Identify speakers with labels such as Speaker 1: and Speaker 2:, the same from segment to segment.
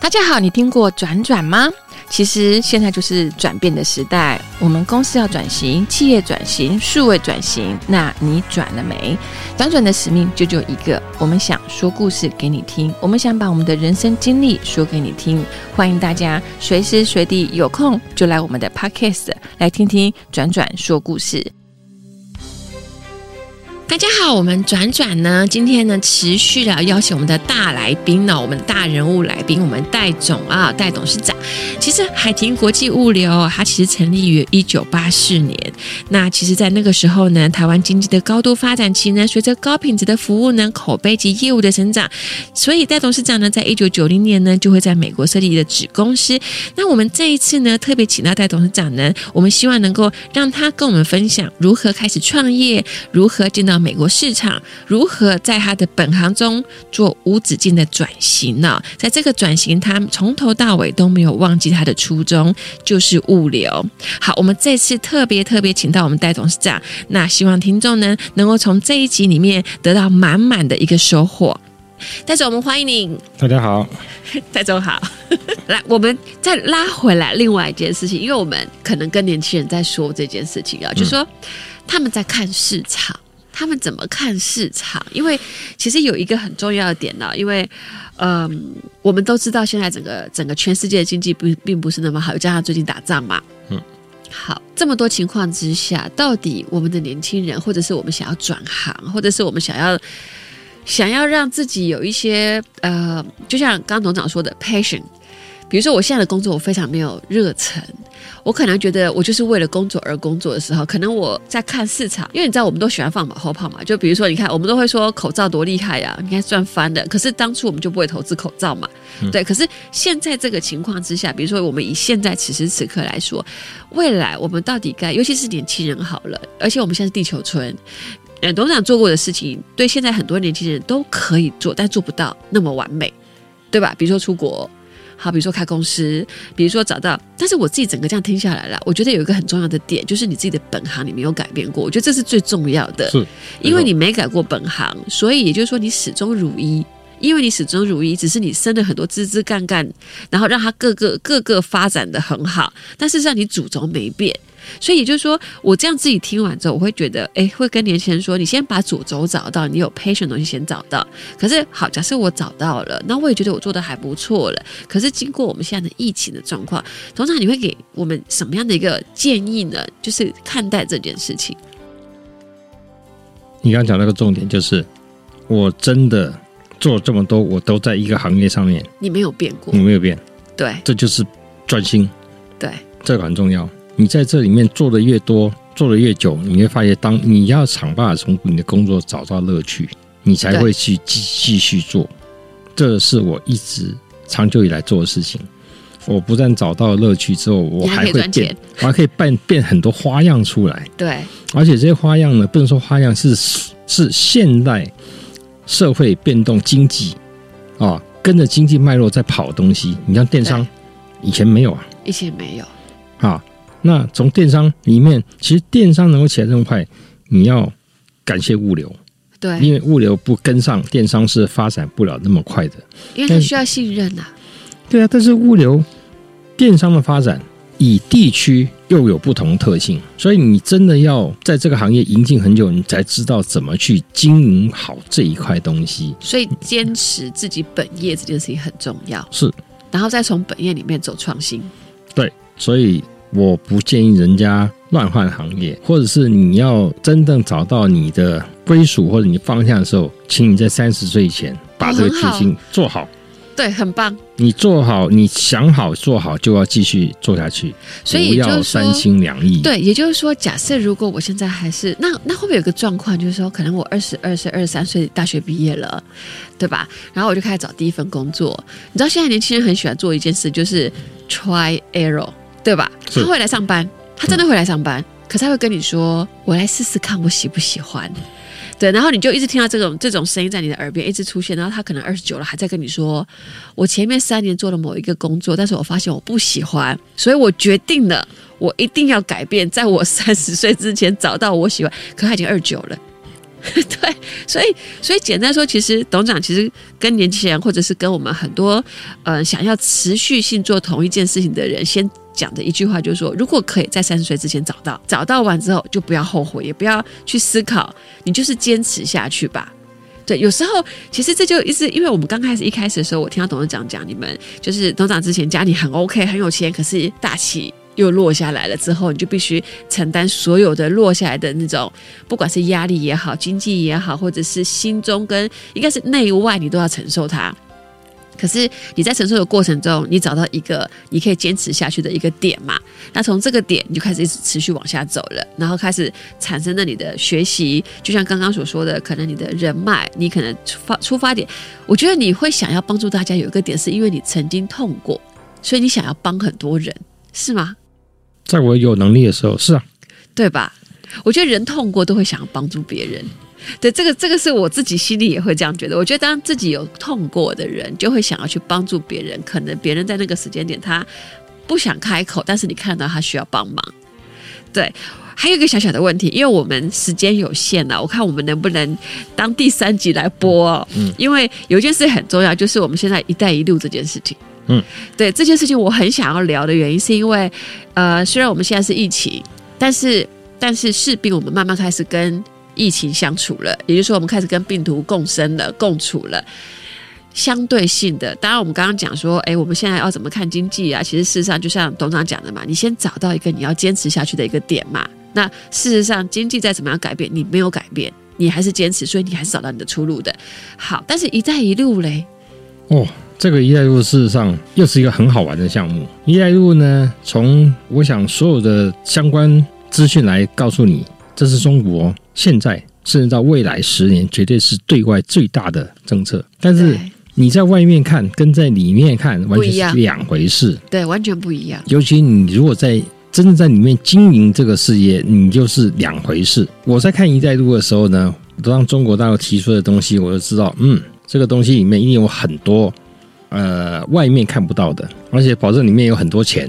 Speaker 1: 大家好，你听过转转吗？其实现在就是转变的时代，我们公司要转型，企业转型，数位转型。那你转了没？转转的使命就只有一个，我们想说故事给你听，我们想把我们的人生经历说给你听。欢迎大家随时随地有空就来我们的 podcast 来听听转转说故事。大家好，我们转转呢，今天呢持续的邀请我们的大来宾呢、我们大人物来宾，我们戴总啊，戴董事长。其实海婷国际物流，它其实成立于一九八四年。那其实，在那个时候呢，台湾经济的高度发展期呢，随着高品质的服务呢、口碑及业务的成长，所以戴董事长呢，在一九九零年呢，就会在美国设立的子公司。那我们这一次呢，特别请到戴董事长呢，我们希望能够让他跟我们分享如何开始创业，如何进到美国市场，如何在他的本行中做无止境的转型呢、在这个转型，他从头到尾都没有忘记他的初衷，就是物流。好，我们这次特别特别请到我们戴董事长，那希望听众呢能够从这一集里面得到满满的一个收获。戴总，我们欢迎你。
Speaker 2: 大家好，
Speaker 1: 戴总好，
Speaker 3: 来，我们再拉回来另外一件事情，因为我们可能跟年轻人在说这件事情啊，就说他们在看市场，他们怎么看市场？因为其实有一个很重要的点呢、因为嗯、我们都知道现在整个整个全世界的经济并并不是那么好，又加上最近打仗嘛，
Speaker 2: 嗯。
Speaker 3: 好，这么多情况之下，到底我们的年轻人，或者是我们想要转行，或者是我们想要想要让自己有一些呃，就像刚刚董事长说的，passion，比如说我现在的工作我非常没有热忱，我可能觉得我就是为了工作而工作的时候，可能我在看市场，因为你知道我们都喜欢放马后炮嘛，就比如说你看我们都会说口罩多厉害呀、啊你看赚翻了，可是当初我们就不会投资口罩嘛，对，可是现在这个情况之下，比如说我们以现在此时此刻来说，未来我们到底该，尤其是年轻人好了，而且我们现在是地球村。呃，董事长做过的事情，对现在很多年轻人都可以做，但做不到那么完美，对吧？比如说出国，好，比如说开公司，比如说找到，但是我自己整个这样听下来了，我觉得有一个很重要的点，就是你自己的本行你没有改变过，我觉得这是最重要的，
Speaker 2: 是
Speaker 3: 因为你没改过本行，所以也就是说你始终如一。因为你始终如一，只是你生了很多枝枝干干，然后让它各个各个发展的很好，但事实上你主轴没变，所以也就是说，我这样自己听完之后，我会觉得，哎，会跟年轻人说，你先把主轴找到，你有 patient 的东西先找到。可是好，假设我找到了，那我也觉得我做的还不错了。可是经过我们现在的疫情的状况，董事长，你会给我们什么样的一个建议呢？就是看待这件事情，
Speaker 2: 你刚刚讲那个重点，就是我真的做这么多，我都在一个行业上面，
Speaker 3: 你没有变过
Speaker 2: 你，没有变，
Speaker 3: 对
Speaker 2: 这就是专心，
Speaker 3: 对，
Speaker 2: 这个很重要。你在这里面做的越多，做的越久，你会发现，当你要想办法从你的工作找到乐趣，你才
Speaker 3: 对
Speaker 2: 会去继继续做。这是我一直长久以来做的事情。我不但找到乐趣之后，我
Speaker 3: 你还
Speaker 2: 还
Speaker 3: 可以
Speaker 2: 会
Speaker 3: 赚
Speaker 2: 变
Speaker 3: 钱，
Speaker 2: 我还可以变变很多花样出来。
Speaker 3: 对，
Speaker 2: 而且这些花样呢，不能说花样是是现代社会变动经济啊，跟着经济脉络在跑的东西。你像电商
Speaker 3: 对，
Speaker 2: 以前没有啊
Speaker 3: 以前没有，
Speaker 2: 啊。那从电商里面，其实电商能够起来这么快，你要感谢物流，
Speaker 3: 对，
Speaker 2: 因为物流不跟上，电商是发展不了那么快的。
Speaker 3: 因为
Speaker 2: 但
Speaker 3: 他
Speaker 2: 是
Speaker 3: 需要信任呐、
Speaker 2: 对啊，但是物流电商的发展以地区又有不同特性，所以你真的要在这个行业营进很久，你才知道怎么去经营好这一块东西。
Speaker 3: 所以坚持自己本业这件事情很重要，
Speaker 2: 是，
Speaker 3: 然后再从本业里面走创新，
Speaker 2: 所以我不建议人家乱换行业，或者是你要真正找到你的归属或者你方向的时候，请你在三十岁以前把
Speaker 3: 哦
Speaker 2: 这个决
Speaker 3: 很好
Speaker 2: 心做好。
Speaker 3: 对，很棒。
Speaker 2: 你做好，你想好做好，就要继续做下去，
Speaker 3: 所以
Speaker 2: 不
Speaker 3: 也就是
Speaker 2: 要
Speaker 3: 说
Speaker 2: 三心两意。
Speaker 3: 对，也就是说，假设如果我现在还是那那会不会有个状况，就是说，可能我二十二岁、二十三岁大学毕业了，对吧？然后我就开始找第一份工作。你知道现在年轻人很喜欢做一件事，就是 try error，对吧？
Speaker 2: 是
Speaker 3: 他会来上班，他真的会来上班，可是他会跟你说：“我来试试看，我喜不喜欢。”对，然后你就一直听到这种这种声音在你的耳边一直出现，然后他可能二十九了还在跟你说：“我前面三年做了某一个工作，但是我发现我不喜欢，所以我决定了， 我一定要改变，在我三十岁之前找到我喜欢。可他已经二九了， 对，所以所以简单说，其实董事长其实跟年轻人，或者是跟我们很多呃想要持续性做同一件事情的人，先讲的一句话就是说，如果可以在三十岁之前找到，找到完之后就不要后悔，也不要去思考，你就是坚持下去吧。对，有时候其实这就一直，因为我们刚开始一开始的时候，我听到董事长讲，你们就是董事长之前家里很 OK，很有钱，可是大起又落下来了之后，你就必须承担所有的落下来的那种，不管是压力也好，经济也好，或者是心中跟应该是内外，你都要承受它。可是你在承受的过程中，你找到一个你可以坚持下去的一个点嘛？那从这个点你就开始一直持续往下走了，然后开始产生了你的学习，就像刚刚所说的，可能你的人脉，你可能出发出发点，我觉得你会想要帮助大家有一个点，是因为你曾经痛过，所以你想要帮很多人，是吗？
Speaker 2: 在我有能力的时候，是啊，
Speaker 3: 对吧？我觉得人痛过都会想要帮助别人。对，这个这个是我自己心里也会这样觉得。我觉得当自己有痛过的人，就会想要去帮助别人。可能别人在那个时间点他不想开口，但是你看到他需要帮忙。对，还有一个小小的问题，因为我们时间有限啊了，我看我们能不能当第三集来播、哦。嗯，因为有一件事很重要，就是我们现在“一带一路”这件事情。
Speaker 2: 嗯，
Speaker 3: 对这件事情我很想要聊的原因，是因为呃，虽然我们现在是疫情，但是但是势必我们慢慢开始跟疫情相处了，也就是说，我们开始跟病毒共生了、共处了。相对性的，当然我们刚刚讲说，哎，我们现在要怎么看经济啊？其实事实上，就像董事长讲的嘛，你先找到一个你要坚持下去的一个点嘛。那事实上，经济再怎么样改变，你没有改变，你还是坚持，所以你还是找到你的出路的。好，但是“一带一路”嘞，
Speaker 2: 哦，这个“一带一路”事实上又是一个很好玩的项目。“一带一路”呢，从我想所有的相关资讯来告诉你，这是中国现在甚至到未来十年绝对是对外最大的政策。但是
Speaker 3: 对
Speaker 2: 你在外面看跟在里面看完
Speaker 3: 不一
Speaker 2: 全
Speaker 3: 样
Speaker 2: 是两回事。
Speaker 3: 对，完全不一样。
Speaker 2: 尤其你如果在真的在里面经营这个事业，你就是两回事。我在看“一带一路”的时候呢，当中国大陆提出的东西，我就知道，嗯，这个东西里面一定有很多呃外面看不到的，而且保证里面有很 多钱。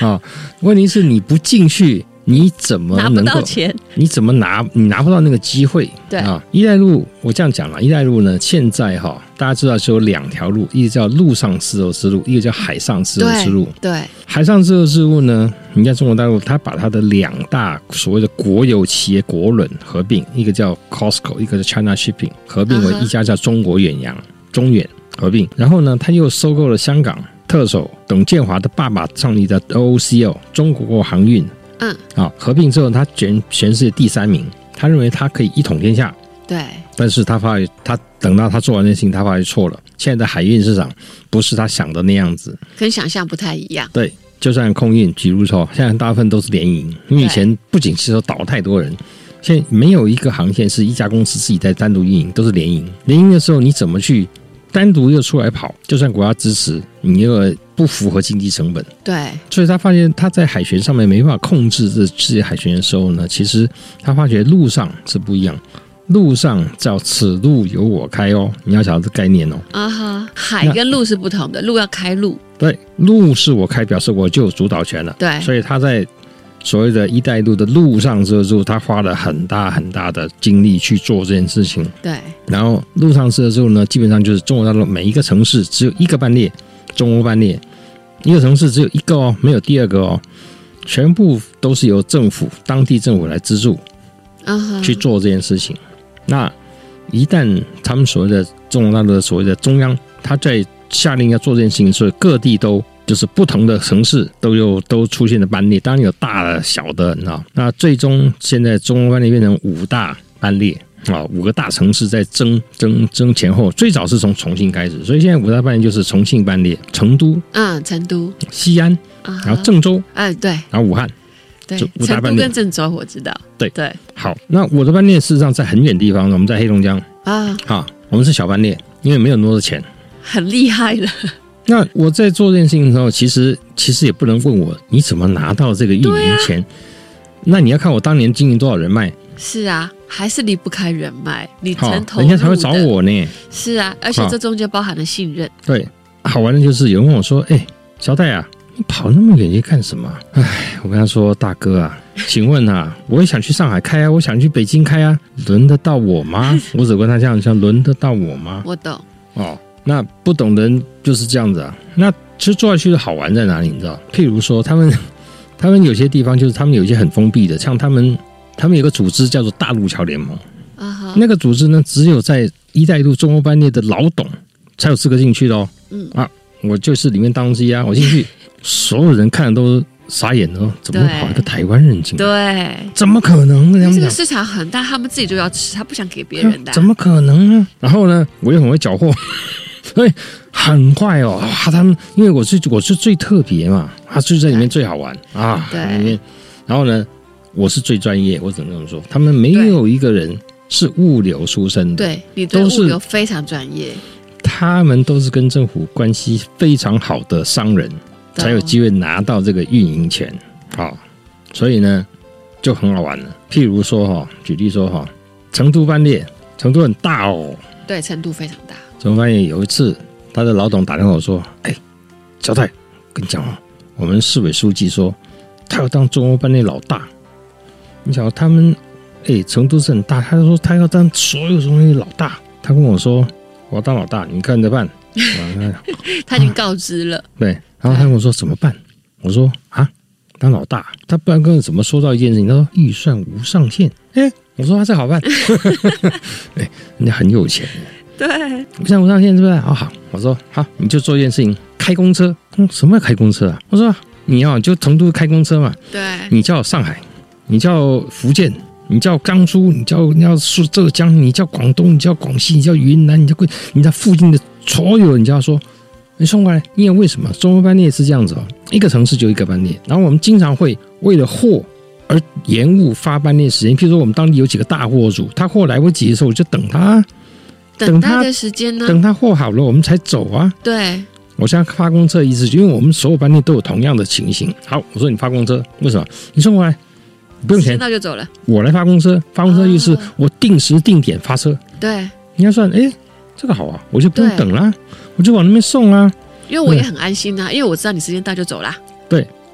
Speaker 2: 啊、问题是你不进去，你怎么
Speaker 3: 拿不
Speaker 2: 能够
Speaker 3: 到？钱，
Speaker 2: 你怎么拿？你拿不到那个机会。
Speaker 3: 对
Speaker 2: 啊，一带路我这样讲了，一带路呢，现在哈、大家知道是有两条路，一个叫陆上丝绸之路，一个叫海上丝绸之路。
Speaker 3: 对，
Speaker 2: 海上丝绸之路呢，你看中国大陆，它把它的两大所谓的国有企业国轮合并，一个叫 Costco，一个叫 China Shipping，合并为
Speaker 3: 嗯哼
Speaker 2: 一家叫中国远洋、中远合并。然后呢，它又收购了香港特首董建华的爸爸创立的 OOCL 中国航运
Speaker 3: 嗯，
Speaker 2: 啊，合并之后，他全全世界第三名，他认为他可以一统天下，
Speaker 3: 对，
Speaker 2: 但是他发觉他等到他做完那事情，他发觉错了。现在的海运市场不是他想的那样子，
Speaker 3: 跟想象不太一样。
Speaker 2: 对，就算空运，比如说现在大部分都是联营，因为以
Speaker 3: 对
Speaker 2: 前不景气的时候倒了太多人，现在没有一个航线是一家公司自己在单独运营，都是联营。联营的时候你怎么去单独又出来跑？就算国家支持，你又不符合经济成本。
Speaker 3: 对，
Speaker 2: 所以他发现他在海权上面没办法控制这这些海权的时候呢，其实他发觉路上是不一样，路上叫此路由我开哦，你要晓得这概念哦。
Speaker 3: 啊哈，海
Speaker 2: 那
Speaker 3: 跟路是不同的，路要开路，
Speaker 2: 对，路是我开，表示我就有主导权了。
Speaker 3: 对
Speaker 2: 所以他在所谓的一带一路的路上之后，他花了很大很大的精力去做这件事情。
Speaker 3: 对，
Speaker 2: 然后路上之后呢，基本上就是中国大陆每一个城市只有一个班列，中欧班列，一个城市只有一个哦，没有第二个哦，全部都是由政府当地政府来资助
Speaker 3: 啊哈，
Speaker 2: 去做这件事情。那一旦他们所谓的中国大陆的所谓的中央，他在下令要做这件事情，所以各地都就是不同的城市都有都出现了班列，当然有大的小的，你知道。那最终现在中国班列变成五大班列。啊，五个大城市在争争争前后，最早是从重庆开始，所以现在五大班列就是重庆班列、成都、
Speaker 3: 嗯，成都，
Speaker 2: 西安，
Speaker 3: 啊哈，
Speaker 2: 然后郑州，
Speaker 3: 哎，对
Speaker 2: 然后武汉。
Speaker 3: 对
Speaker 2: 就，五大
Speaker 3: 成
Speaker 2: 半
Speaker 3: 都
Speaker 2: 点
Speaker 3: 跟郑州我知道，
Speaker 2: 对
Speaker 3: 对
Speaker 2: 好，那我的班列事实上在很远地方，我们在黑龙江，
Speaker 3: 啊，
Speaker 2: 啊，我们是小班列，因为没有那么多钱。
Speaker 3: 很厉害了，
Speaker 2: 那我在做这件事情的时候，其实其实也不能问我你怎么拿到这个运营钱，那你要看我当年经营多少人脉，
Speaker 3: 是啊，还是离不开人脉，你
Speaker 2: 好
Speaker 3: 曾，投
Speaker 2: 人
Speaker 3: 入
Speaker 2: 家
Speaker 3: 的，
Speaker 2: 才会找我呢。
Speaker 3: 是啊，而且
Speaker 2: 好
Speaker 3: 这中间包含了信任，
Speaker 2: 对，好玩的就是有人问我说：“哎、小戴啊，跑那么远去干什么？唉，我跟他说，大 哥啊，请问啊，我也想去上海开啊，我想去北京开啊，轮得到我吗？ 我只问他这样，想轮得到我吗？
Speaker 3: 我懂，
Speaker 2: 哦，那不懂的人就是这样子啊。那其实做下去的好玩在哪里？你知道？譬如说，他们 他们有些地方就是他们有一些很封闭的，像他们他们有个组织叫做大陆桥联盟，
Speaker 3: 啊哈，
Speaker 2: 那个组织呢，只有在一带一路中欧班列的老董才有资格进去的哦。
Speaker 3: 嗯
Speaker 2: 啊，我就是里面当中之一啊，我进 去，所有人看的都傻眼了哦，怎么会跑一个台湾人进来？
Speaker 3: 对。
Speaker 2: 怎么可能？这样
Speaker 3: 这
Speaker 2: 讲
Speaker 3: 个。市场很大，他们自己就要吃，他不想给别人的啊、
Speaker 2: 怎么可能呢？然后呢，我又很会缴获， 所以很快哦。哇，他们因为我是我是最特别嘛，他就在里面最好玩啊，
Speaker 3: 嗯对
Speaker 2: 里面。然后呢，我是最专业，我只能这么说，他们没有一个人是物流出身的，
Speaker 3: 对你对
Speaker 2: 都
Speaker 3: 物
Speaker 2: 是
Speaker 3: 流非常专业，
Speaker 2: 他们都是跟政府关系非常好的商人，才有机
Speaker 3: 会。
Speaker 2: 会拿到这个运营权。好，所以呢，就很好玩了。譬如说哈、举例说哈、成都班列，成都很大哦。
Speaker 3: 对，程度非常大。
Speaker 2: 怎么发现有一次，他的老董打电话说：“哎，交代，跟你讲哦，我们市委书记说他要当中欧班的老大。你想他们，哎，成都是很大，他说他要当所有东西老大。他跟我说我要当老大，你看着办。我说
Speaker 3: 他已
Speaker 2: 啊
Speaker 3: 经告知了，
Speaker 2: 对，然后他跟我说怎么办？我说啊，当老大，他不然跟我怎么说到一件事情？他说预算无上限。哎，我说啊，这好办， 哎，人家很有钱。
Speaker 3: 对，
Speaker 2: 我想我上线是不是？哦好，我说好，你就做一件事情，开公车。嗯，什么叫开公车啊？我说你要、就成都开公车嘛，
Speaker 3: 对，
Speaker 2: 你叫上海，你叫福建，你叫江苏，你叫你要说浙江，你叫广东，你叫广西，你叫云南，你叫贵，你叫附近的所有人，你就要说。你送过来，因为为什么中欧班列是这样子哦？一个城市就一个班列，然后我们经常会为了货而延误发班列时间。譬如说，我们当地有几个大货主，他货来不及的时候，我就等他啊，
Speaker 3: 等
Speaker 2: 等他
Speaker 3: 待的时间呢？
Speaker 2: 等他货好了，我们才走啊。
Speaker 3: 对，
Speaker 2: 我现在发公车一次，因为我们所有班列都有同样的情形。好，我说你发公车，为什么？你送过来，你不用
Speaker 3: 时间
Speaker 2: 钱，
Speaker 3: 到就走了。
Speaker 2: 我来发公车。发公车意思
Speaker 3: 哦
Speaker 2: 我定时定点发车，
Speaker 3: 对，
Speaker 2: 你要算，哎，这个好啊，我就不
Speaker 3: 对
Speaker 2: 用等啦，我就往那边送啊。
Speaker 3: 因为我也很安心
Speaker 2: 嗯
Speaker 3: 啊，因为我知道你时间到就走啦。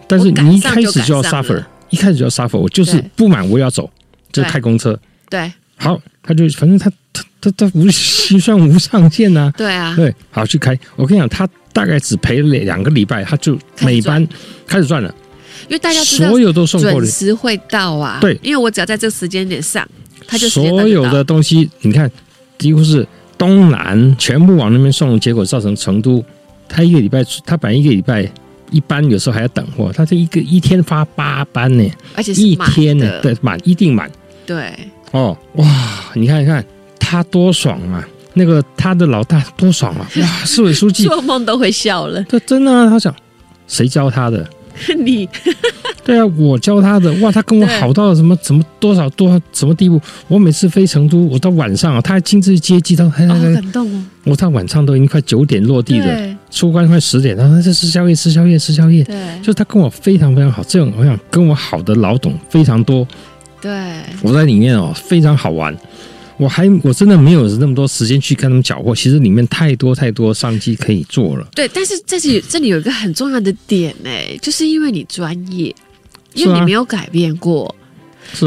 Speaker 2: 但是
Speaker 3: 我赶
Speaker 2: 你一
Speaker 3: 上
Speaker 2: 开
Speaker 3: 就
Speaker 2: 始就要
Speaker 3: 赶上
Speaker 2: suffer，
Speaker 3: 了
Speaker 2: 一开始就要 suffer，我就是
Speaker 3: 对
Speaker 2: 不满我也要走，这
Speaker 3: 对
Speaker 2: 是开公车。
Speaker 3: 对，
Speaker 2: 好，他就反正他他他他无 预算无上限呐、
Speaker 3: 对啊，
Speaker 2: 对，好去开。我跟你讲，他大概只赔了两个礼拜，他就
Speaker 3: 开始
Speaker 2: 每
Speaker 3: 赚
Speaker 2: 班开始赚了，
Speaker 3: 因为大家知道
Speaker 2: 所有都送过
Speaker 3: 准
Speaker 2: 了。
Speaker 3: 时会到啊。
Speaker 2: 对
Speaker 3: 因为我只要在这个时间点上，他就时间到
Speaker 2: 所
Speaker 3: 就
Speaker 2: 有
Speaker 3: 到
Speaker 2: 的东西，你看，几乎是东南全部往那边送，结果造成成都，他一个礼拜，他本来一个礼拜一班，有时候还要等货，他这一个一天发八班呢，
Speaker 3: 而且是
Speaker 2: 一
Speaker 3: 满
Speaker 2: 天呢，
Speaker 3: 的
Speaker 2: 对，满一定满
Speaker 3: 对
Speaker 2: 哦，哇，你看你看他多爽啊，那个他的老大多爽啊，哇，市委 书记，
Speaker 3: 做梦都会笑了。
Speaker 2: 这真的、啊，他想谁教他的？
Speaker 3: 你
Speaker 2: 对啊，我教 他的哇，他跟我
Speaker 3: 对
Speaker 2: 好到什么什么多少多少什么地步？我每次飞成都，我到晚上啊，他还亲自接机，他还、
Speaker 3: 哦，
Speaker 2: 还
Speaker 3: 好
Speaker 2: 还
Speaker 3: 感动哦。
Speaker 2: 我到晚上都已经快九点落地了，
Speaker 3: 对
Speaker 2: 出关快十点，然后在吃宵夜，吃宵夜，吃宵夜。
Speaker 3: 对
Speaker 2: 就是他跟我非常非常好，这种我想跟我好的老董非常多，
Speaker 3: 对，
Speaker 2: 我在里面哦非常好玩。我还我真的没有那么多时间去跟他们搅和，其实里面太多太多商机可以做了。
Speaker 3: 对，但是这里这里有一个很重要的点呢、就是因为你专业，因
Speaker 2: 是
Speaker 3: 为
Speaker 2: 啊
Speaker 3: 你没有改变过，
Speaker 2: 是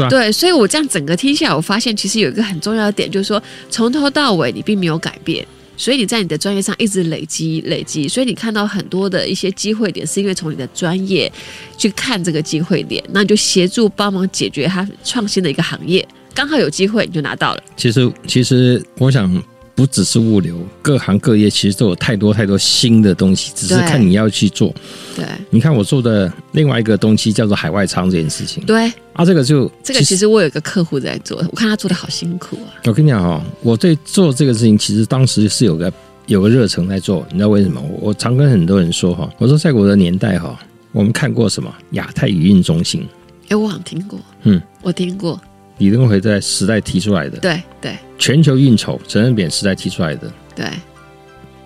Speaker 2: 啊，
Speaker 3: 对，所以我这样整个听下来，我发现其实有一个很重要的点，就是说从头到尾你并没有改变。所以你在你的专业上一直累积累积，所以你看到很多的一些机会点，是因为从你的专业去看这个机会点，那你就协助帮忙解决它创新的一个行业，刚好有机会你就拿到了。
Speaker 2: 其实，其实我想，不只是物流，各行各业其实都有太多太多新的东西，只是
Speaker 3: 对
Speaker 2: 看你要去做。
Speaker 3: 对
Speaker 2: 你看我做的另外一个东西叫做海外仓这件事情
Speaker 3: 对，
Speaker 2: 啊，这个就
Speaker 3: 这个其实我有一个客户在做，我看他做的好辛苦啊。
Speaker 2: 我跟你讲哦，我对做这个事情其实当时是有个有个热忱在做，你知道为什么？我我常跟很多人说哈，哦我说在我的年代哈，我们看过什么亚太语音中心，
Speaker 3: 哎，我好像听过，
Speaker 2: 嗯，
Speaker 3: 我听过，
Speaker 2: 李登辉在时代提出来的，
Speaker 3: 对对
Speaker 2: 全球运筹，陈仁扁时代提出来的，
Speaker 3: 对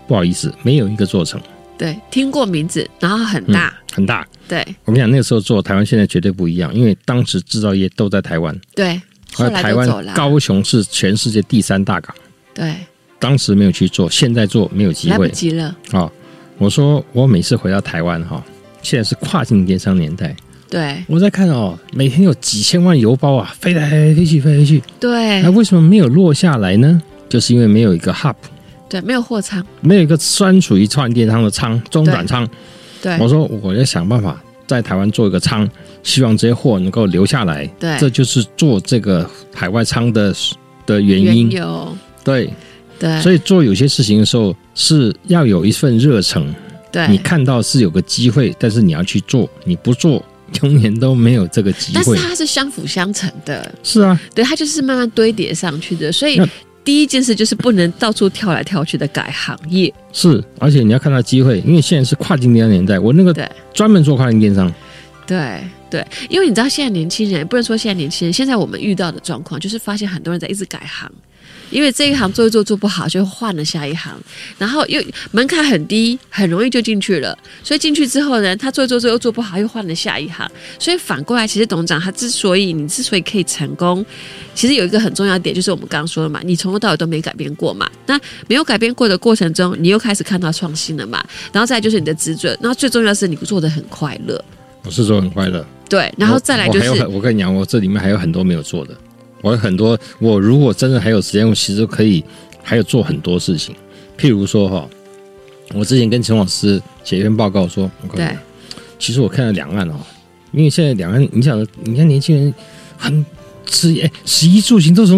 Speaker 2: 不好意思，没有一个做成，
Speaker 3: 对，听过名字，然后很大，
Speaker 2: 很大。
Speaker 3: 对
Speaker 2: 我们讲那个时候做台湾，现在绝对不一样，因为当时制造业都在台湾，
Speaker 3: 对，后
Speaker 2: 而
Speaker 3: 来
Speaker 2: 台
Speaker 3: 都走
Speaker 2: 湾
Speaker 3: 了，
Speaker 2: 高雄是全世界第三大港，
Speaker 3: 对，
Speaker 2: 当时没有去做，现在做没有机
Speaker 3: 来不
Speaker 2: 会
Speaker 3: 及了，
Speaker 2: 啊、哦我说我每次回到台湾哈，现在是跨境电商年代，
Speaker 3: 对
Speaker 2: 我在看哦，每天有几千万邮包啊，飞来飞去，飞来飞去，
Speaker 3: 对
Speaker 2: 那为什么没有落下来呢？就是因为没有一个 hub，
Speaker 3: 对，没有货仓，
Speaker 2: 没有一个专属于串电商的仓中转仓。
Speaker 3: 对
Speaker 2: 我说我要想办法在台湾做一个仓，希望这些货能够留下来。
Speaker 3: 对，
Speaker 2: 这就是做这个海外仓的的原
Speaker 3: 原哎
Speaker 2: 因。
Speaker 3: 油，
Speaker 2: 对，
Speaker 3: 对
Speaker 2: 所以做有些事情的时候是要有一份热忱，
Speaker 3: 对，
Speaker 2: 你看到是有个机会，但是你要去做，你不做永远都没有这个机
Speaker 3: 但是
Speaker 2: 会。
Speaker 3: 它是相辅相成的，
Speaker 2: 是啊，
Speaker 3: 对，它就是慢慢堆叠上去的。所以
Speaker 2: 那
Speaker 3: 第一件事就是不能到处跳来跳去的改行业，
Speaker 2: 是，而且你要看到机会，因为现在是跨境电商年代，我那个
Speaker 3: 对
Speaker 2: 专门做跨境电商。
Speaker 3: 对对，因为你知道现在年轻人，不能说现在年轻人，现在我们遇到的状况就是发现很多人在一直改行。因为这一行做一做做不好，就换了下一行，然后又门槛很低，很容易就进去了。所以进去之后呢，他做一做做又做不好，又换了下一行。所以反过来，其实董事长他之所以你之所以可以成功，其实有一个很重要的点，就是我们刚刚说的嘛，你从头到尾都没改变过嘛。那没有改变过的过程中，你又开始看到创新了嘛。然后再来就是你的资准，然后最重要的是你做的很快乐。
Speaker 2: 我是说很快乐，
Speaker 3: 对，然后再来就
Speaker 2: 我还有
Speaker 3: 是
Speaker 2: 很，我跟你讲，我这里面还有很多没有做的，我有很多，我如果真的还有时间，我其实可以还有做很多事情，譬如说哈，我之前跟陈老师写一篇报告说，我告诉你
Speaker 3: 对，
Speaker 2: 其实我看了两岸哦，因为现在两岸，你想，你看年轻人很吃哎，十一住行都从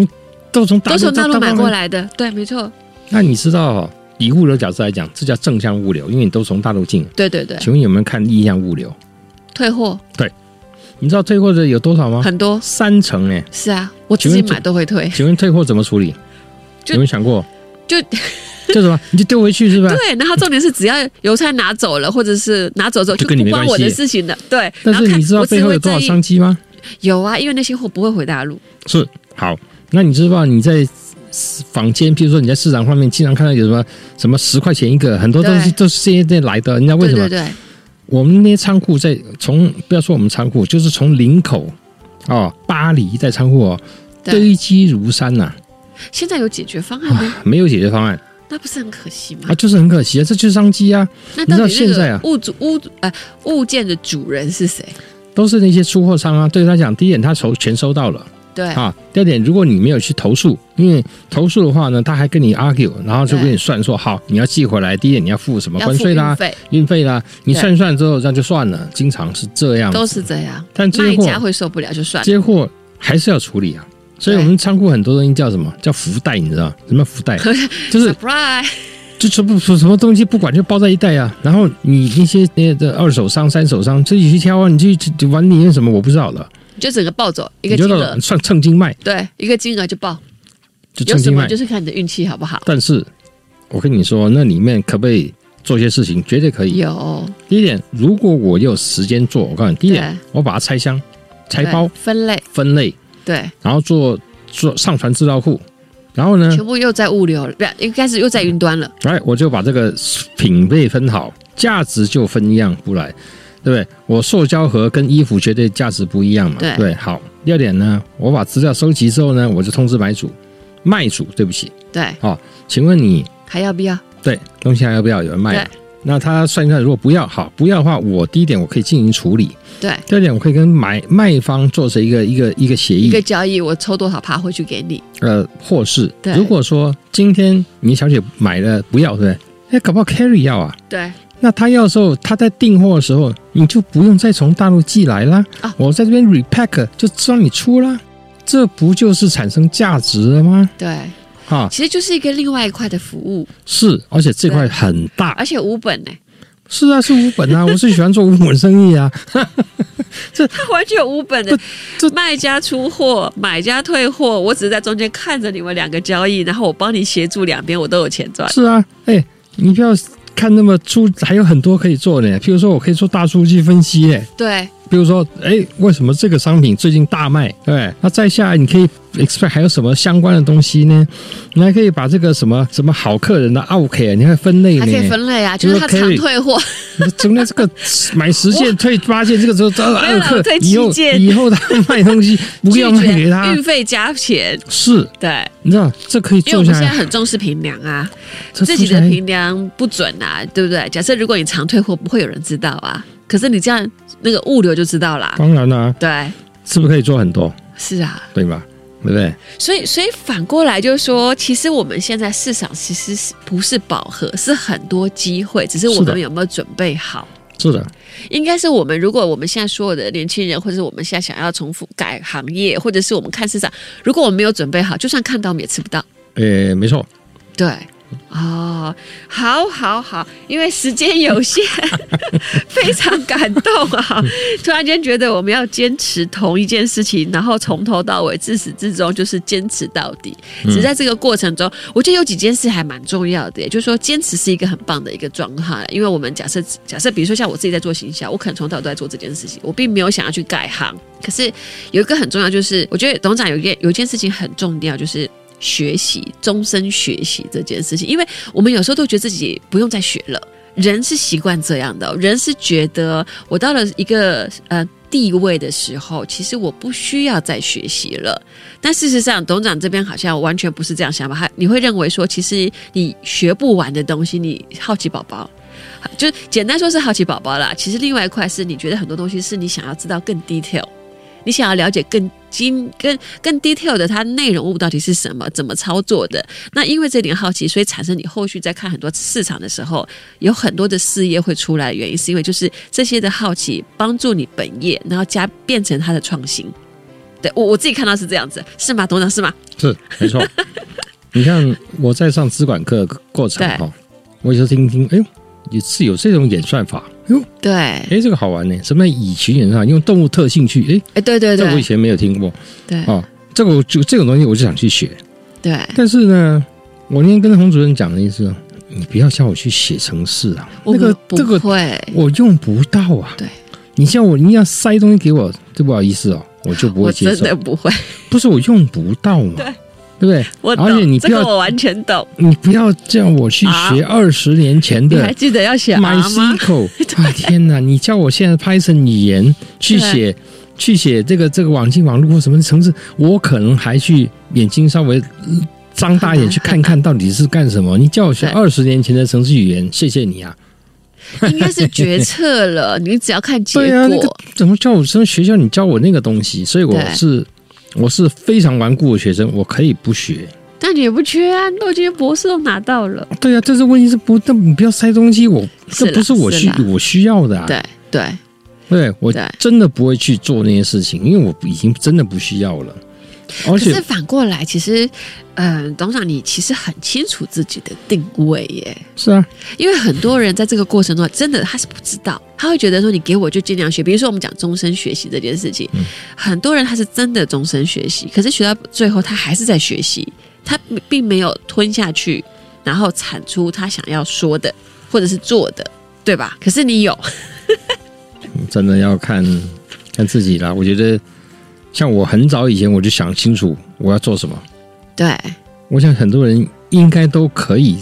Speaker 2: 都从大
Speaker 3: 都
Speaker 2: 陆
Speaker 3: 从大陆买过
Speaker 2: 来，
Speaker 3: 来的，对，没错，
Speaker 2: 那你知道哈，以物流角度来讲，这叫正向物流，因为你都从大陆进。
Speaker 3: 对对对，
Speaker 2: 请问有没有看逆向物流？
Speaker 3: 退货
Speaker 2: 你知道退货的有多少吗？
Speaker 3: 很多，
Speaker 2: 三成哎、
Speaker 3: 是啊，我自己
Speaker 2: 啊请问
Speaker 3: 买都会退，
Speaker 2: 请问退货怎么处理？
Speaker 3: 就
Speaker 2: 有没有想过？
Speaker 3: 就
Speaker 2: 就什么？你就丢回去是吧？
Speaker 3: 对，然啊后重点是只要邮差拿走了，或者是拿走之后
Speaker 2: 就
Speaker 3: 就
Speaker 2: 跟你
Speaker 3: 不
Speaker 2: 没
Speaker 3: 关
Speaker 2: 关
Speaker 3: 我
Speaker 2: 系
Speaker 3: 的事情了，对。然
Speaker 2: 但
Speaker 3: 后
Speaker 2: 是
Speaker 3: 看
Speaker 2: 你知道
Speaker 3: 我
Speaker 2: 背
Speaker 3: 只
Speaker 2: 后
Speaker 3: 会
Speaker 2: 有多少啊
Speaker 3: 在意
Speaker 2: 商机吗？
Speaker 3: 有啊，因为那些货不会回大陆，
Speaker 2: 是，好，那你知道你在坊间，譬如说你在市场上面，经常看到有什么什么十块钱一个，很多东西
Speaker 3: 对
Speaker 2: 都是这些店来的。人家为
Speaker 3: 对
Speaker 2: 什么？
Speaker 3: 对对，
Speaker 2: 我们那些仓库在从不要说我们仓库，就是从林口哦，巴黎在仓库哦，
Speaker 3: 对
Speaker 2: 堆积如山呐、
Speaker 3: 现在有解决方案吗？
Speaker 2: 没有解决方案
Speaker 3: 那不是很可惜吗
Speaker 2: 啊，？就是很可惜啊，这就是商机啊，
Speaker 3: 那
Speaker 2: 你知
Speaker 3: 到
Speaker 2: 道
Speaker 3: 底
Speaker 2: 现
Speaker 3: 那
Speaker 2: 在啊
Speaker 3: 个物主物呃物件的主人是谁？
Speaker 2: 都是那些出货商啊。对他讲，第一点他收钱收到了。
Speaker 3: 对
Speaker 2: 啊，第二点，如果你没有去投诉，因为投诉的话呢，他还跟你 argue，然后就
Speaker 3: 对
Speaker 2: 跟你算说，好，你要寄回来，第一点你要付什么
Speaker 3: 要
Speaker 2: 关
Speaker 3: 付
Speaker 2: 税
Speaker 3: 运
Speaker 2: 啦、
Speaker 3: 费
Speaker 2: 运费啦，你
Speaker 3: 对
Speaker 2: 算一算之后，那就算了，经常是这样。
Speaker 3: 都是这样，
Speaker 2: 但这
Speaker 3: 卖
Speaker 2: 些
Speaker 3: 家
Speaker 2: 货，
Speaker 3: 会受不了就算
Speaker 2: 这
Speaker 3: 了，
Speaker 2: 些货还是要处理啊。所以我们仓库很多东西叫什么？叫福袋，你知道吗什么福袋？就是
Speaker 3: surprise，
Speaker 2: 就全部什么东西不管就包在一袋啊。然后你那些那个二手商、三手商自己去挑啊，你去去玩里面什么我不知道了，
Speaker 3: 就整个抱走一个
Speaker 2: 你就
Speaker 3: 金
Speaker 2: 到
Speaker 3: 额，
Speaker 2: 算称斤卖，
Speaker 3: 对，一个金额就报，
Speaker 2: 就
Speaker 3: 有
Speaker 2: 称
Speaker 3: 什
Speaker 2: 斤
Speaker 3: 么
Speaker 2: 卖
Speaker 3: 就。是看你的运气好不好。
Speaker 2: 但是我跟你说，那里面可不可以做些事情？绝对可以。
Speaker 3: 有
Speaker 2: 第一点，如果我有时间做，我告诉你，第一点，我把它拆箱、拆
Speaker 3: 对
Speaker 2: 包、
Speaker 3: 分类，
Speaker 2: 分类，
Speaker 3: 对，
Speaker 2: 然后做做上传资料库，然后呢，
Speaker 3: 全部又在物流了，不要，应该是又在云端了。
Speaker 2: 哎，我就把这个品类分好，价值就分一样出来，对不对？我塑胶盒跟衣服绝对价值不一样嘛，
Speaker 3: 对
Speaker 2: 对。好，第二点呢，我把资料收集之后呢，我就通知买主、卖主，对不起，
Speaker 3: 对，
Speaker 2: 请问你
Speaker 3: 还要不要？
Speaker 2: 对，东西还要不要？有人卖了
Speaker 3: 对。
Speaker 2: 那他算一算，如果不要好，不要的话，我第一点我可以进行处理，
Speaker 3: 对，
Speaker 2: 第二点我可以跟买卖方做成一个一个一个协
Speaker 3: 一
Speaker 2: 议
Speaker 3: 个，交易我抽多少趴回去给你？
Speaker 2: 呃，或是
Speaker 3: 对
Speaker 2: 如果说今天你小姐买了不要，对不对？哎，搞不好 carry 要啊，
Speaker 3: 对，
Speaker 2: 那他要的时候，他在订货的时候，你就不用再从大陆寄来啦，
Speaker 3: 啊
Speaker 2: 我在这边 repack 就知道你出啦，这不就是产生价值了吗？
Speaker 3: 对，
Speaker 2: 啊，
Speaker 3: 其实就是一个另外一块的服务，
Speaker 2: 是，而且这块
Speaker 3: 对
Speaker 2: 很大，
Speaker 3: 而且无本呢、
Speaker 2: 是啊，是无本啊，我最喜欢做无本生意啊。
Speaker 3: 它完全无本的、
Speaker 2: 这
Speaker 3: 卖家出货，买家退货，我只是在中间看着你们两个交易，然后我帮你协助两边，我都有钱赚。
Speaker 2: 是啊，哎、你不要看那么粗，还有很多可以做的。譬如说我可以做大数据分析，哎，
Speaker 3: 对，
Speaker 2: 比如说，哎、为什么这个商品最近大卖？对不对，那再下来你可以 expect 还有什么相关的东西呢？你还可以把这个什么什么好客人的 OK，你还分类
Speaker 3: 还可以
Speaker 2: 呢。
Speaker 3: 分类啊，
Speaker 2: 就
Speaker 3: 就是是他常
Speaker 2: 可以
Speaker 3: 退货，
Speaker 2: 中间这个 买十件退八件，这个时候这
Speaker 3: 没有
Speaker 2: 二
Speaker 3: 啦
Speaker 2: 客
Speaker 3: 我退
Speaker 2: 以后
Speaker 3: 七件
Speaker 2: 以后他卖东西不要卖给他
Speaker 3: 运，费加钱，
Speaker 2: 是，
Speaker 3: 对，
Speaker 2: 你知道这可以
Speaker 3: 因为
Speaker 2: 做
Speaker 3: 我们
Speaker 2: 下
Speaker 3: 现在
Speaker 2: 来，
Speaker 3: 很重视平量啊。
Speaker 2: 这
Speaker 3: 自
Speaker 2: 做
Speaker 3: 己
Speaker 2: 下
Speaker 3: 的
Speaker 2: 来
Speaker 3: 评量不准啊，对不对？假设如果你常退货，不会有人知道啊。可是你这样那个物流就知道啦。
Speaker 2: 当然啦、
Speaker 3: 对，
Speaker 2: 是不是可以做很多，
Speaker 3: 是啊，
Speaker 2: 对吧？对不对？
Speaker 3: 所以所以反过来就是说，其实我们现在市场其实是不是饱和，是很多机会，只是我
Speaker 2: 是的
Speaker 3: 们有没有准备好。
Speaker 2: 是的，
Speaker 3: 应该是我们，如果我们现在所有的年轻人，或者是我们现在想要重复改行业，或者是我们看市场，如果我们没有准备好，就算看到我们也吃不到。
Speaker 2: 呃，没错，
Speaker 3: 对，哦，好，好，好，因为时间有限，非常感动啊！突然间觉得我们要坚持同一件事情，然后从头到尾，自始至终就是坚持到底。只在这个过程中，我觉得有几件事还蛮重要的，也就是说，坚持是一个很棒的一个状态。因为我们假设假设，比如说像我自己在做行销，我可能从头到尾都在做这件事情，我并没有想要去改行。可是有一个很重要，就是我觉得董事长有一件有一件事情很重要，就是。学习，终身学习这件事情，因为我们有时候都觉得自己不用再学了。人是习惯这样的哦，人是觉得我到了一个呃地位的时候，其实我不需要再学习了。但事实上，董事长这边好像完全不是这样想法，他你会认为说，其实你学不完的东西，你好奇宝宝。就是简单说是好奇宝宝啦，其实另外一块是你觉得很多东西是你想要知道更 detail，你想要了解更精、更更 detail 的它内容物到底是什么，怎么操作的。那因为这点好奇，所以产生你后续在看很多市场的时候，有很多的事业会出来。原因是因为就是这些的好奇帮助你本业，然后加变成它的创新。对我我自己看到是这样子，是吗，董事长是吗？
Speaker 2: 是 没错。你看我在上资管课的过程
Speaker 3: 对
Speaker 2: 哈，我有时候听听，哎呦，也是有这种演算法，哎呦，
Speaker 3: 对，
Speaker 2: 哎，这个好玩呢。什么以群演算法，用动物特性去，哎，
Speaker 3: 哎，对对
Speaker 2: 这我以
Speaker 3: 对
Speaker 2: 前没有听过
Speaker 3: 对
Speaker 2: 哦。这个我就这种东西我就想去学，
Speaker 3: 对，
Speaker 2: 但是呢，我那天跟洪主任讲的意思，你不要叫我去写程式啊，
Speaker 3: 我
Speaker 2: 那个
Speaker 3: 们不
Speaker 2: 这个
Speaker 3: 会，
Speaker 2: 我用不到啊。
Speaker 3: 对，
Speaker 2: 你叫我你要塞东西给我，这不好意思哦，我就不
Speaker 3: 我
Speaker 2: 会接
Speaker 3: 真
Speaker 2: 受。
Speaker 3: 的不会，
Speaker 2: 不是我用不到嘛，对不对？
Speaker 3: 我懂
Speaker 2: 而且你，不
Speaker 3: 这
Speaker 2: 要
Speaker 3: 个我完全懂。
Speaker 2: 你不要叫我去
Speaker 3: 啊
Speaker 2: 学二十年前
Speaker 3: 你还
Speaker 2: 的
Speaker 3: 记得要写 R 吗？
Speaker 2: MySQL 啊！天哪，你叫我现在 Python 语言去
Speaker 3: 对
Speaker 2: 写去写这个这个网际网络或什么程式，我可能还去眼睛稍微呃张大一 点去看看到底是干什么。你叫我学
Speaker 3: 对
Speaker 2: 二十年前的程式语言，谢谢你啊！
Speaker 3: 应该是决策了，你只要看结
Speaker 2: 对啊，那个
Speaker 3: 果。
Speaker 2: 怎么叫我上学校？你教我那个东西，所以我
Speaker 3: 对
Speaker 2: 是我是非常顽固的学生，我可以不学。
Speaker 3: 但你也不缺啊，都已经博士都拿到了。
Speaker 2: 对啊，但是问题是不，那你不要塞东西，我
Speaker 3: 是
Speaker 2: 这
Speaker 3: 啦
Speaker 2: 不是我
Speaker 3: 是
Speaker 2: 需
Speaker 3: 啦
Speaker 2: 我需要的啊。
Speaker 3: 哦对对
Speaker 2: 对我
Speaker 3: 对
Speaker 2: 真的不会去做那些事情，因为我已经真的不需要了。而
Speaker 3: 可是
Speaker 2: 且
Speaker 3: 反过来，其实，嗯、董事长，你其实很清楚自己的定位耶，
Speaker 2: 是啊，
Speaker 3: 因为很多人在这个过程中，真的他是不知道，他会觉得说你给我就尽量学。比如说我们讲终身学习这件事情，
Speaker 2: 嗯
Speaker 3: 很多人他是真的终身学习，可是学到最后他还是在学习，他并没有吞下去，然后产出他想要说的或者是做的，对吧？可是你有，
Speaker 2: 真的要看看自己啦。我觉得，像我很早以前我就想清楚我要做什么，
Speaker 3: 对
Speaker 2: 我想很多人应该都可以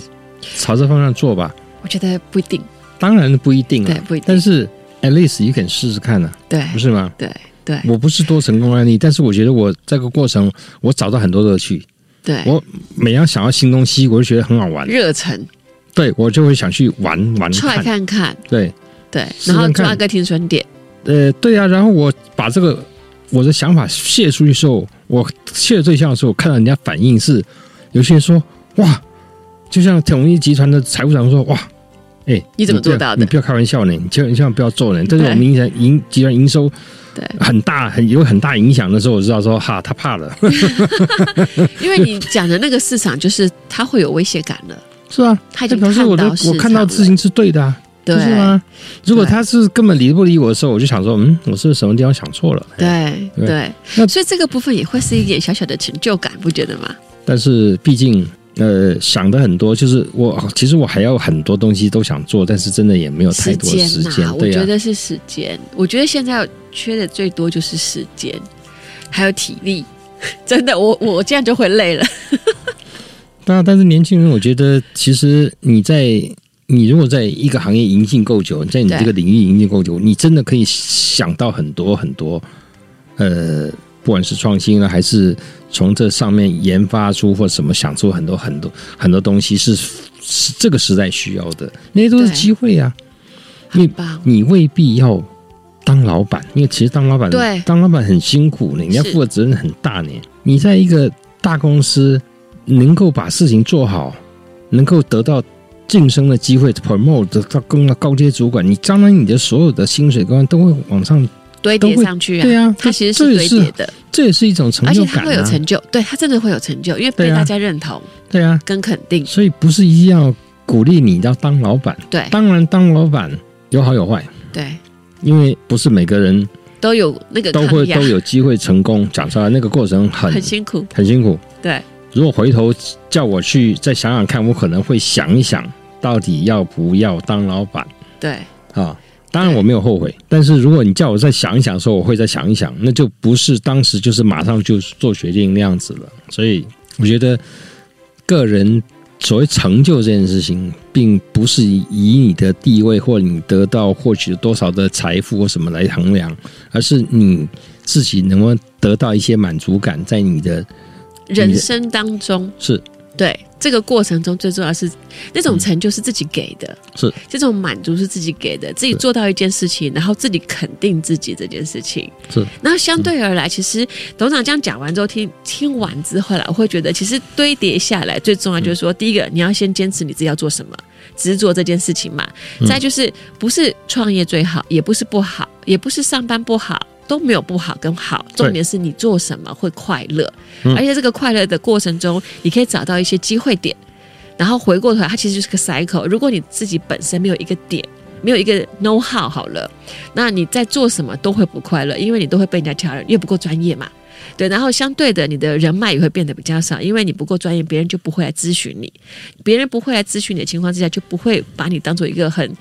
Speaker 2: 朝这方向做吧。
Speaker 3: 我觉得不一定，
Speaker 2: 当然不一定
Speaker 3: 对
Speaker 2: 啊，
Speaker 3: 不一定，
Speaker 2: 但是 at least you can 试试看啊，
Speaker 3: 对
Speaker 2: 不是吗？
Speaker 3: 对对
Speaker 2: 我不是多成功案例，但是我觉得我这个过程我找到很多乐趣。
Speaker 3: 对，
Speaker 2: 我每样想要新东西，我就觉得很好玩，
Speaker 3: 热忱
Speaker 2: 对我就会想去玩玩
Speaker 3: 踹嗯
Speaker 2: 看。
Speaker 3: 看看，
Speaker 2: 对，
Speaker 3: 对，
Speaker 2: 试试
Speaker 3: 然后
Speaker 2: 看
Speaker 3: 抓个停损 点，
Speaker 2: 呃，对啊，然后我把这个我的想法泄出去的时候，我泄对象的时候，看到人家反应是，有些人说哇，就像统一集团的财务长说哇，哎，
Speaker 3: 你怎么做
Speaker 2: 不要
Speaker 3: 到的
Speaker 2: 你不要开玩笑呢，你千万千万不要做呢。这
Speaker 3: 对
Speaker 2: 种明显营集团营收
Speaker 3: 对，
Speaker 2: 很大，很有很大影响的时候，我知道说哈，他怕了，
Speaker 3: 因为你讲的那个市场就是它会有威胁感了，
Speaker 2: 是啊，
Speaker 3: 他已
Speaker 2: 这
Speaker 3: 经
Speaker 2: 表示我的
Speaker 3: 看到市
Speaker 2: 我看到
Speaker 3: 场
Speaker 2: 事情是对的、啊。
Speaker 3: 对
Speaker 2: 不是吗？如果
Speaker 3: 对
Speaker 2: 他是根本理不理我的时候，我就想说，嗯，我是不是什么地方想错了？
Speaker 3: 对
Speaker 2: 对
Speaker 3: 对
Speaker 2: 那，
Speaker 3: 所以这个部分也会是一点小小的成就感，不觉得吗？
Speaker 2: 但是毕竟呃想的很多，就是我其实我还有很多东西都想做，但是真的也没有呃太
Speaker 3: 时
Speaker 2: 多
Speaker 3: 间
Speaker 2: 时
Speaker 3: 呐、
Speaker 2: 间，
Speaker 3: 我
Speaker 2: 对呀、
Speaker 3: 觉得是时间。我觉得现在缺的最多就是时间，还有体力。 真的，我我这样就会累了。
Speaker 2: 那但是年轻人，我觉得其实你在你如果在一个行业营进够久，在你
Speaker 3: 对
Speaker 2: 这个领域营进够久，你真的可以想到很多很多，呃，不管是创新啊呢，还是从这上面研发出或什么想出很多很多很多东西是，是这个时代需要的，那些都是
Speaker 3: 对
Speaker 2: 机会呀、你
Speaker 3: 很棒，
Speaker 2: 你未必要当老板，因为其实当老板
Speaker 3: 对
Speaker 2: 当老板很辛苦呢，你要
Speaker 3: 是
Speaker 2: 负的责任很大呢。你在一个大公司能够把事情做好，能够得到。晋升的机会，promote 得到更高阶主管，你当然你的所有的薪水观都会往上，
Speaker 3: 堆叠上去啊，
Speaker 2: 对啊，
Speaker 3: 它
Speaker 2: 这
Speaker 3: 其实
Speaker 2: 这
Speaker 3: 是
Speaker 2: 也
Speaker 3: 堆叠的，
Speaker 2: 这也是一种成
Speaker 3: 而
Speaker 2: 就
Speaker 3: 且
Speaker 2: 感、
Speaker 3: 它
Speaker 2: 啊，
Speaker 3: 会有成就，对，它真的会有成就，因为
Speaker 2: 对
Speaker 3: 被
Speaker 2: 啊
Speaker 3: 大家认同
Speaker 2: 对啊，
Speaker 3: 跟肯定，
Speaker 2: 所以不是一定要鼓励你要当老板，
Speaker 3: 对
Speaker 2: 当然当老板有好有坏，
Speaker 3: 对，
Speaker 2: 因为不是每个人
Speaker 3: 都有那个
Speaker 2: 都
Speaker 3: 抗
Speaker 2: 会
Speaker 3: 压
Speaker 2: 都 有机会成功。讲出来那个过程很
Speaker 3: 很辛苦，
Speaker 2: 很辛苦。
Speaker 3: 对，
Speaker 2: 如果回头叫我去再想想看，我可能会想一想，到底要不要当老板
Speaker 3: 对，
Speaker 2: 啊？当然我没有后悔，但是如果你叫我再想一想的时候，我会再想一想，那就不是当时就是马上就做决定那样子了。所以我觉得个人所谓成就这件事情，并不是以你的地位或你得到获取多少的财富或什么来衡量，而是你自己能够得到一些满足感，在你的
Speaker 3: 人生当中，
Speaker 2: 是
Speaker 3: 对这个过程中最重要的是那种成就是自己给的，
Speaker 2: 嗯是
Speaker 3: 这种满足是自己给的，自己
Speaker 2: 是
Speaker 3: 做到一件事情，然后自己肯定自己这件事情。
Speaker 2: 是，
Speaker 3: 那相对而来，其实董事长这样讲完之后，听听完之后啦，我会觉得其实堆叠下来最重要就是说，第一个你要先坚持你自己要做什么，执着这件事情嘛。
Speaker 2: 嗯
Speaker 3: 再就是不是创业最好，也不是不好，也不是上班不好。都没有不好跟好，
Speaker 2: 对
Speaker 3: 重点是你做什么会快乐，
Speaker 2: 嗯
Speaker 3: 而且这个快乐的过程中，你可以找到一些机会点，然后回过头来，它其实就是个 cycle。如果你自己本身没有一个点，没有一个 know how 好了，那你在做什么都会不快乐，因为你都会被人家挑人，因为不够专业嘛。对，然后相对的，你的人脉也会变得比较少，因为你不够专业，别人就不会来咨询你，别人不会来咨询你的情况之下，就不会把你当做一个很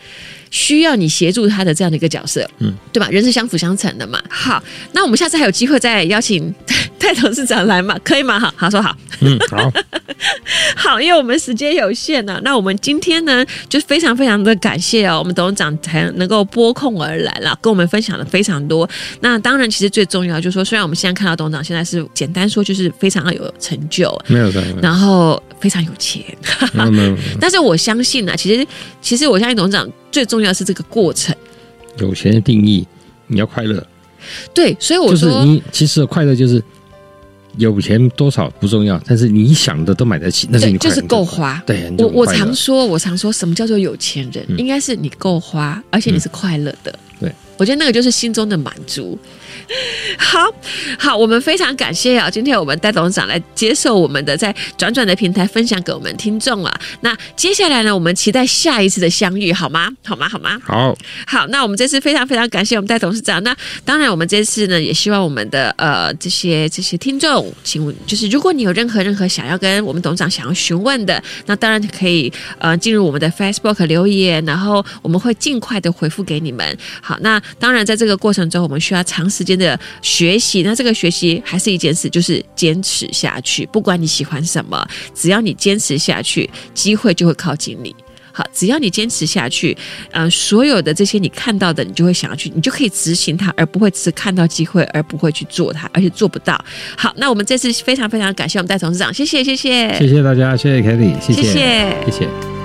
Speaker 3: 需要你协助他的这样的一个角色，
Speaker 2: 嗯，
Speaker 3: 对吧？人是相辅相成的嘛。好，那我们下次还有机会再邀请 戴董事长来嘛，可以吗？好，好说好。
Speaker 2: 嗯好，
Speaker 3: 好，因为我们时间有限呢、那我们今天呢，就非常非常的感谢哦，我们董事长才能够拨空而来啦，跟我们分享了非常多。那当然，其实最重要就是说，虽然我们现在看到董事长现在是简单说就是非常有成就，
Speaker 2: 没有的，没有的
Speaker 3: 然后非常有钱，
Speaker 2: 没有没有没
Speaker 3: 但是我相信
Speaker 2: 嗯
Speaker 3: 啊，其实其实我相信董事长最重要的是这个过程。
Speaker 2: 有有钱的定义，你要快乐，
Speaker 3: 对，所以我
Speaker 2: 就是
Speaker 3: 说，
Speaker 2: 你其实快乐就是有钱多少不重要，但是你想的都买得起，那是
Speaker 3: 对，
Speaker 2: 你
Speaker 3: 就
Speaker 2: 快乐
Speaker 3: 是够。花。
Speaker 2: 对，你
Speaker 3: 我
Speaker 2: 就
Speaker 3: 我
Speaker 2: 很快乐
Speaker 3: 常说，我常说什么叫做有钱人，
Speaker 2: 嗯
Speaker 3: 应该是你够花，而且你是快乐的。
Speaker 2: 对，
Speaker 3: 我觉得那个就是心中的满足。好好，我们非常感谢啊、今天我们戴董事长来接受我们的在转转的平台分享给我们听众啊。那接下来呢，我们期待下一次的相遇，好吗？好吗？好吗？
Speaker 2: 好，
Speaker 3: 好，那我们这次非常非常感谢我们戴董事长。那当然，我们这次呢，也希望我们的呃这些这些听众，请就是如果你有任何任何想要跟我们董事长想要询问的，那当然可以呃进入我们的 Facebook 留言，然后我们会尽快的回复给你们。好，那当然在这个过程中，我们需要长时间的学习。那这个学习还是一件事，就是坚持下去，不管你喜欢什么，只要你坚持下去，机会就会靠近你。好，只要你坚持下去，呃，所有的这些你看到的，你就会想要去，你就可以执行它，而不会只是看到机会而不会去做它，而且做不到。好，那我们这次非常非常感谢我们戴董事长，谢谢，谢谢，
Speaker 2: 谢谢大家，谢谢 Kelly，谢
Speaker 3: 谢谢
Speaker 2: 谢谢。